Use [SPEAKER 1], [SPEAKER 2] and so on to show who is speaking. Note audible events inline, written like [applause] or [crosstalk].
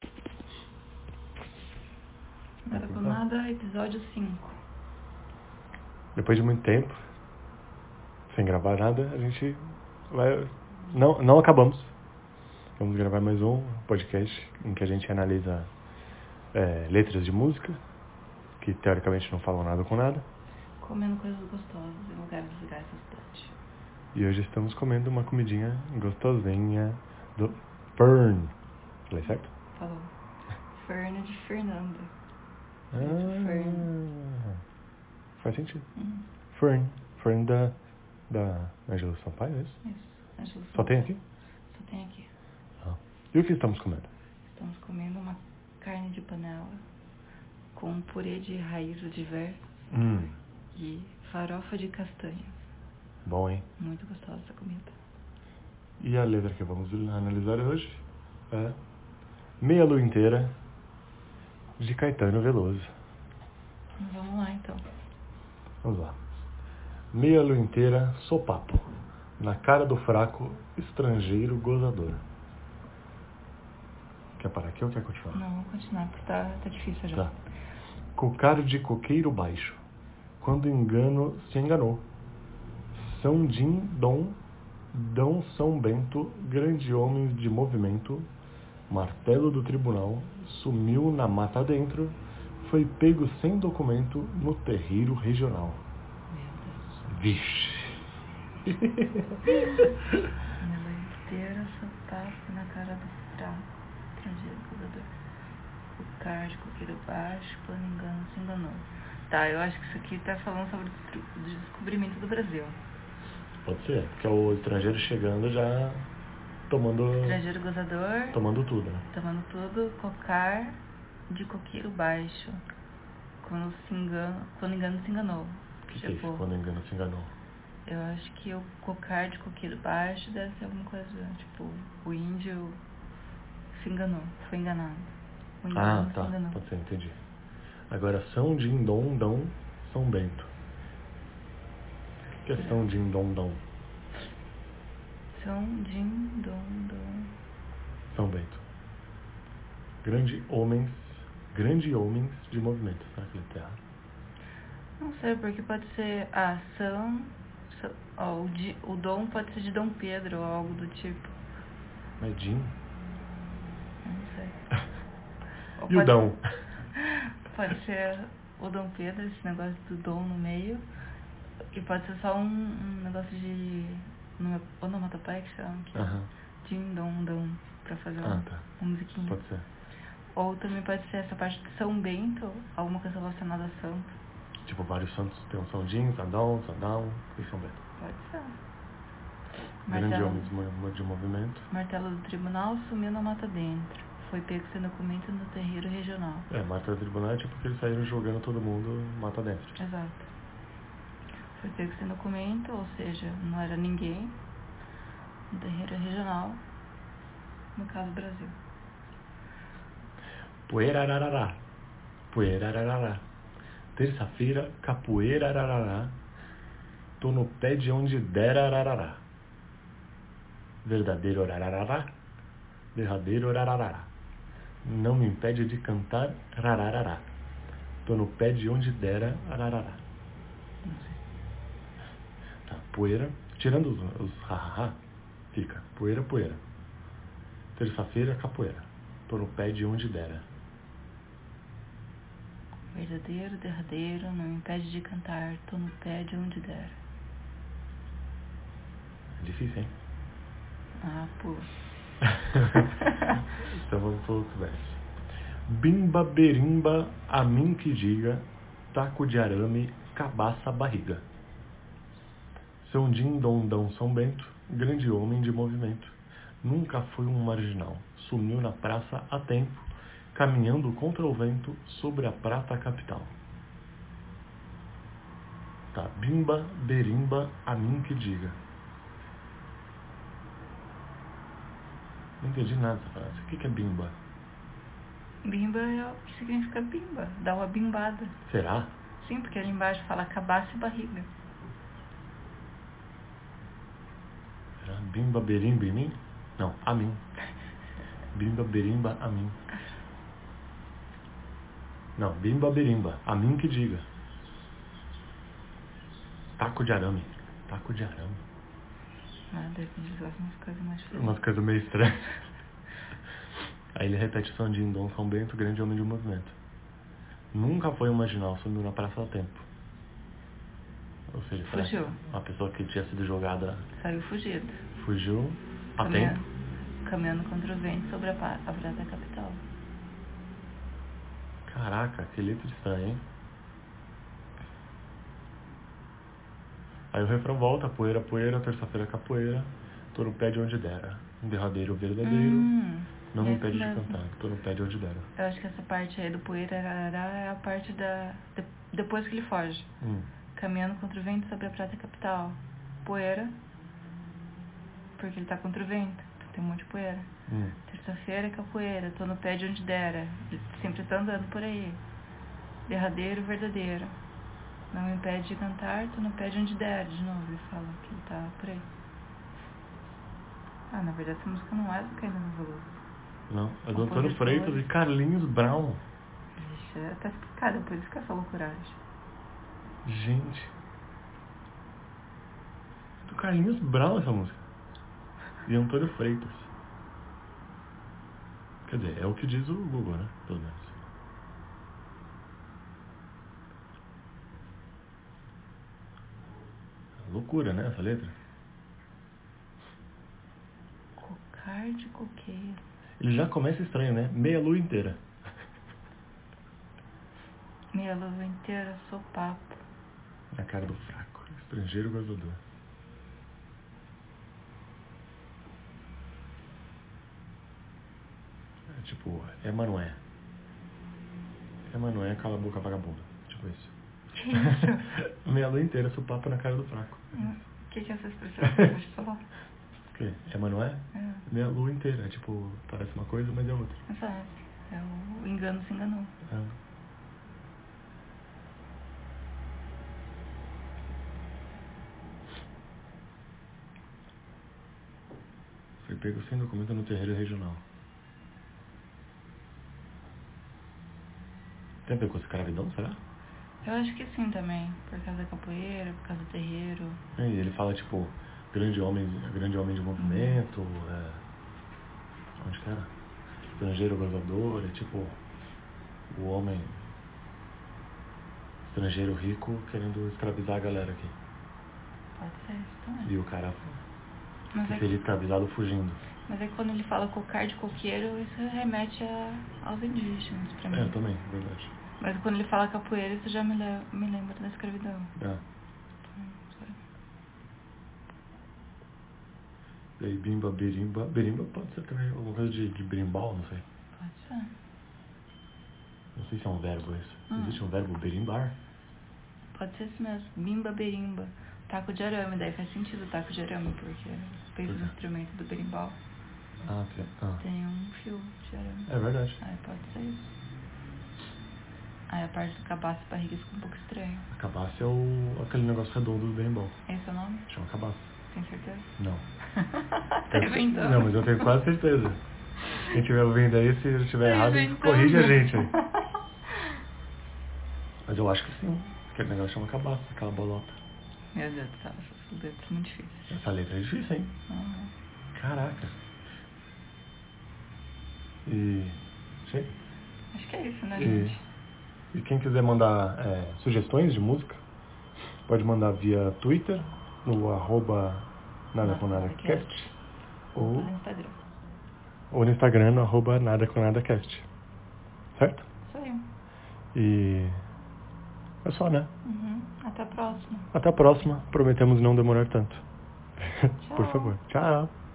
[SPEAKER 1] Tá
[SPEAKER 2] Maratonada, episódio 5.
[SPEAKER 1] Depois de muito tempo, sem gravar nada, a gente vai. Não, não acabamos. Vamos gravar mais um podcast em que a gente analisa é, letras de música, que teoricamente não falam nada com nada.
[SPEAKER 2] Comendo coisas gostosas em lugares legais da cidade.
[SPEAKER 1] E hoje estamos comendo uma comidinha gostosinha do Fern. Falei certo?
[SPEAKER 2] Falou. Ferna de Fernanda.
[SPEAKER 1] Ah, faz sentido.
[SPEAKER 2] Hum,
[SPEAKER 1] Fern. Fern da, da Angela Sampaio, é isso?
[SPEAKER 2] isso. Ângelo
[SPEAKER 1] Só tem aqui?
[SPEAKER 2] Só tem aqui.
[SPEAKER 1] E o que estamos comendo?
[SPEAKER 2] Estamos comendo uma carne de panela com um purê de raízes de ver
[SPEAKER 1] Hum,
[SPEAKER 2] e farofa de castanha.
[SPEAKER 1] bom, hein?
[SPEAKER 2] Muito gostosa essa comida.
[SPEAKER 1] E a letra que vamos analisar hoje é Meia Lua Inteira, de Caetano Veloso.
[SPEAKER 2] Vamos lá então.
[SPEAKER 1] Vamos lá. Meia lua inteira, sopapo. Na cara do fraco, estrangeiro gozador. Quer parar aqui ou quer continuar?
[SPEAKER 2] Não, vamos continuar porque tá, tá difícil já.
[SPEAKER 1] Tá. Cocar de coqueiro baixo. Quando engano, se enganou. São Din Dom, Dom São Bento, grande homem de movimento, martelo do tribunal, sumiu na mata dentro, foi pego sem documento no terreiro regional.
[SPEAKER 2] Meu Deus.
[SPEAKER 1] Vixe.
[SPEAKER 2] Mela inteira, sapato na cara do fraco, estrangeiro cruzador. O card, coqueiro baixo, plano engano, se enganou. Tá, eu acho que isso aqui tá falando sobre o destru- o descobrimento do Brasil.
[SPEAKER 1] Pode ser, porque é o estrangeiro chegando já tomando,
[SPEAKER 2] Estrangeiro gozador,
[SPEAKER 1] tomando tudo, né?
[SPEAKER 2] tomando tudo, cocar de coqueiro baixo. Quando se engano, quando engano se enganou.
[SPEAKER 1] O que, que é isso? Quando engano, se enganou.
[SPEAKER 2] Eu acho que o cocar de coqueiro baixo deve ser alguma coisa, tipo, o índio se enganou, foi enganado. O índio
[SPEAKER 1] Ah,
[SPEAKER 2] não
[SPEAKER 1] tá.
[SPEAKER 2] se enganou.
[SPEAKER 1] Pode ser, entendi. Agora, São Dindondão, São Bento. O que é São Dindondão,
[SPEAKER 2] São din dom dom.
[SPEAKER 1] São Bento? Grande homens, grande homens de movimento. Será que ele é terra?
[SPEAKER 2] Não sei, porque pode ser a São. São- ó, o, di- o dom pode ser de Dom Pedro ou algo do tipo.
[SPEAKER 1] Não é Din?
[SPEAKER 2] Eu Não sei.
[SPEAKER 1] [laughs]
[SPEAKER 2] Ou
[SPEAKER 1] E o
[SPEAKER 2] pode-
[SPEAKER 1] Dão?
[SPEAKER 2] Pode ser o Dom Pedro, esse negócio do dom no meio. E pode ser só um, um negócio de. numa- Onomatopeia que chama. Que é
[SPEAKER 1] Aham.
[SPEAKER 2] din dom dom. Pra fazer
[SPEAKER 1] Ah,
[SPEAKER 2] um-
[SPEAKER 1] tá.
[SPEAKER 2] uma musiquinha.
[SPEAKER 1] Pode ser.
[SPEAKER 2] Ou também pode ser essa parte de São Bento, alguma coisa relacionada a santo.
[SPEAKER 1] Tipo, vários santos tem um São Din, Sandão, Sandão e São Bento.
[SPEAKER 2] Pode ser.
[SPEAKER 1] Grande
[SPEAKER 2] Martelo-
[SPEAKER 1] homens de mo- de movimento.
[SPEAKER 2] Martelo do tribunal sumiu na mata dentro. Foi pego sem documento no terreiro regional.
[SPEAKER 1] É, mata do tribunal é tipo que eles saíram jogando todo mundo, mata dentro.
[SPEAKER 2] Exato. Foi pego sem documento, ou seja, não era ninguém. No terreiro regional. No caso, Brasil.
[SPEAKER 1] Poeirararará. Poeirararará. Terça-feira, capoeira ararará. Tô no pé de onde der ararará. Verdadeiro ararará. Derradeiro ararará. Não me impede de cantar rararará. Tô no pé de onde dera ararará.
[SPEAKER 2] Não sei.
[SPEAKER 1] Tá, poeira. Tirando os, os rarará, fica poeira, poeira. Terça-feira, capoeira. Tô no pé de onde dera.
[SPEAKER 2] Verdadeiro, derradeiro, não me impede de cantar. Tô no pé de onde der.
[SPEAKER 1] Difícil, hein?
[SPEAKER 2] Ah, pô.
[SPEAKER 1] então vamos pro outro verso. Bimba berimba, a mim que diga, taco de arame, cabaça barriga. São Din Dondão São Bento, grande homem de movimento. Nunca foi um marginal, sumiu na praça a tempo, caminhando contra o vento sobre a prata capital. Tá, bimba, berimba, a mim que diga. Não entendi nada dessa frase. O que que é bimba?
[SPEAKER 2] Bimba é o que significa bimba. Dá uma bimbada.
[SPEAKER 1] Será?
[SPEAKER 2] Sim, porque ali embaixo fala cabaça e barriga.
[SPEAKER 1] Será bimba berimba em mim? Não, a mim. Bimba berimba a mim. Não, bimba berimba. A mim que diga. Taco de arame. Taco de arame.
[SPEAKER 2] Ah, de repente eles gostam de umas coisas mais diferentes.
[SPEAKER 1] Umas coisas meio estranhas. Aí ele repete Sandinho Dom São Bento, grande homem de movimento. Nunca foi imaginar sumiu na praça a tempo. Ou seja, foi
[SPEAKER 2] Fugiu.
[SPEAKER 1] uma pessoa que tinha sido jogada,
[SPEAKER 2] Saiu fugido.
[SPEAKER 1] fugiu a
[SPEAKER 2] é.
[SPEAKER 1] tempo.
[SPEAKER 2] caminhando contra o vento sobre a, pa- a praça capital.
[SPEAKER 1] Caraca, que letra estranha, hein? Aí o refrão volta, poeira, poeira, terça-feira capoeira, touro pede onde dera, um derradeiro verdadeiro,
[SPEAKER 2] Hum,
[SPEAKER 1] não me
[SPEAKER 2] esse
[SPEAKER 1] impede de
[SPEAKER 2] mesmo.
[SPEAKER 1] cantar, touro pede onde dera.
[SPEAKER 2] Eu acho que essa parte aí do poeira arará é a parte da. de- depois que ele foge.
[SPEAKER 1] Hum.
[SPEAKER 2] Caminhando contra o vento sobre a praça capital. Poeira. Porque ele tá contra o vento. Então tem um monte de poeira.
[SPEAKER 1] Hum.
[SPEAKER 2] Terça-feira é capoeira. Tô no pé de onde dera. Ele sempre tá andando por aí. Derradeiro, verdadeiro. Não me impede de cantar, tô no pé de onde dera. De novo, ele fala que ele tá por aí. Ah, na verdade essa música não é do Caetano Veloso.
[SPEAKER 1] Não, é do
[SPEAKER 2] Compositor.
[SPEAKER 1] Antônio Freitas e Carlinhos Brown.
[SPEAKER 2] Vixe, é- tá explicado, por isso que é essa loucuragem.
[SPEAKER 1] Gente. Do Carlinhos Brown essa música. E Antônio Freitas. Quer dizer, é o que diz o Google, né? Pelo menos. Loucura, né? Essa letra.
[SPEAKER 2] Cocar de coqueiro.
[SPEAKER 1] Ele já começa estranho, né? Meia lua inteira.
[SPEAKER 2] Minha luva inteira, sou papo.
[SPEAKER 1] Na cara do fraco. Estrangeiro gozador. É tipo, é Manoé. É Manoé, cala a boca, vagabunda. Tipo isso. [laughs]
[SPEAKER 2] Que isso?
[SPEAKER 1] Meia lua inteira, sopapo na cara do fraco.
[SPEAKER 2] Hum, que que é essa expressão
[SPEAKER 1] [laughs]
[SPEAKER 2] que você pode falar?
[SPEAKER 1] O quê? É Manoé?
[SPEAKER 2] É,
[SPEAKER 1] Meia lua inteira. É tipo, parece uma coisa, mas é outra.
[SPEAKER 2] exato. É o engano se enganou.
[SPEAKER 1] É. Foi pego sem documento no terreiro regional. Tem a ver com escravidão, será?
[SPEAKER 2] Eu acho que sim também, por causa da capoeira, por causa do terreiro.
[SPEAKER 1] É, E ele fala, tipo, grande homem, grande homem de movimento, é... onde que era? Estrangeiro gozador, é tipo o homem estrangeiro rico querendo escravizar a galera aqui.
[SPEAKER 2] Pode ser isso também.
[SPEAKER 1] E o cara
[SPEAKER 2] Ah. Mas
[SPEAKER 1] que
[SPEAKER 2] é,
[SPEAKER 1] seria escravizado fugindo.
[SPEAKER 2] mas é que quando ele fala cocar de coqueiro, isso remete a, aos indígenas pra
[SPEAKER 1] É,
[SPEAKER 2] mim.
[SPEAKER 1] eu também, verdade.
[SPEAKER 2] Mas quando ele fala capoeira, isso já me, le- me lembra da escravidão.
[SPEAKER 1] É.
[SPEAKER 2] Então, não sei.
[SPEAKER 1] Daí bimba, berimba. Berimba pode ser também alguma coisa de, de berimbau, não sei.
[SPEAKER 2] Pode ser.
[SPEAKER 1] Não sei se é um verbo isso.
[SPEAKER 2] Hum.
[SPEAKER 1] Existe um verbo berimbar?
[SPEAKER 2] Pode ser isso mesmo. Bimba berimba. Taco de arame, daí faz sentido o taco de arame, porque pensa
[SPEAKER 1] Pois é.
[SPEAKER 2] no instrumento do berimbau.
[SPEAKER 1] Ah, tem. Ah.
[SPEAKER 2] Tem um fio de arame.
[SPEAKER 1] É verdade.
[SPEAKER 2] Aí pode ser isso. Aí a parte do cabaço e barriga fica um pouco estranha.
[SPEAKER 1] A cabaça é o, aquele negócio redondo do berimbau.
[SPEAKER 2] Esse é o nome?
[SPEAKER 1] Chama cabaça.
[SPEAKER 2] Tem certeza? [laughs]
[SPEAKER 1] Não.
[SPEAKER 2] tá inventando.
[SPEAKER 1] É. Não, mas eu tenho quase certeza. Quem estiver ouvindo aí, se eu
[SPEAKER 2] Tá
[SPEAKER 1] estiver errado, corrige a gente aí. Mas eu acho que sim. Aquele negócio chama cabaça, aquela bolota.
[SPEAKER 2] [laughs] Meu Deus do céu, essas letras são muito difíceis.
[SPEAKER 1] Essa letra é difícil, hein?
[SPEAKER 2] Uhum.
[SPEAKER 1] Caraca. E. Sei.
[SPEAKER 2] Acho que é isso, né,
[SPEAKER 1] E-
[SPEAKER 2] gente?
[SPEAKER 1] E quem quiser mandar é, sugestões de música, pode mandar via Twitter, no arroba nada com nada cast, ou,
[SPEAKER 2] Pelo Tá Instagram.
[SPEAKER 1] ou no Instagram, no arroba nada com nada cast. Certo?
[SPEAKER 2] Isso aí.
[SPEAKER 1] E é só, né?
[SPEAKER 2] Uhum. Até a próxima.
[SPEAKER 1] Até a próxima. Prometemos não demorar tanto. [laughs]
[SPEAKER 2] Tchau.
[SPEAKER 1] Por favor. Tchau.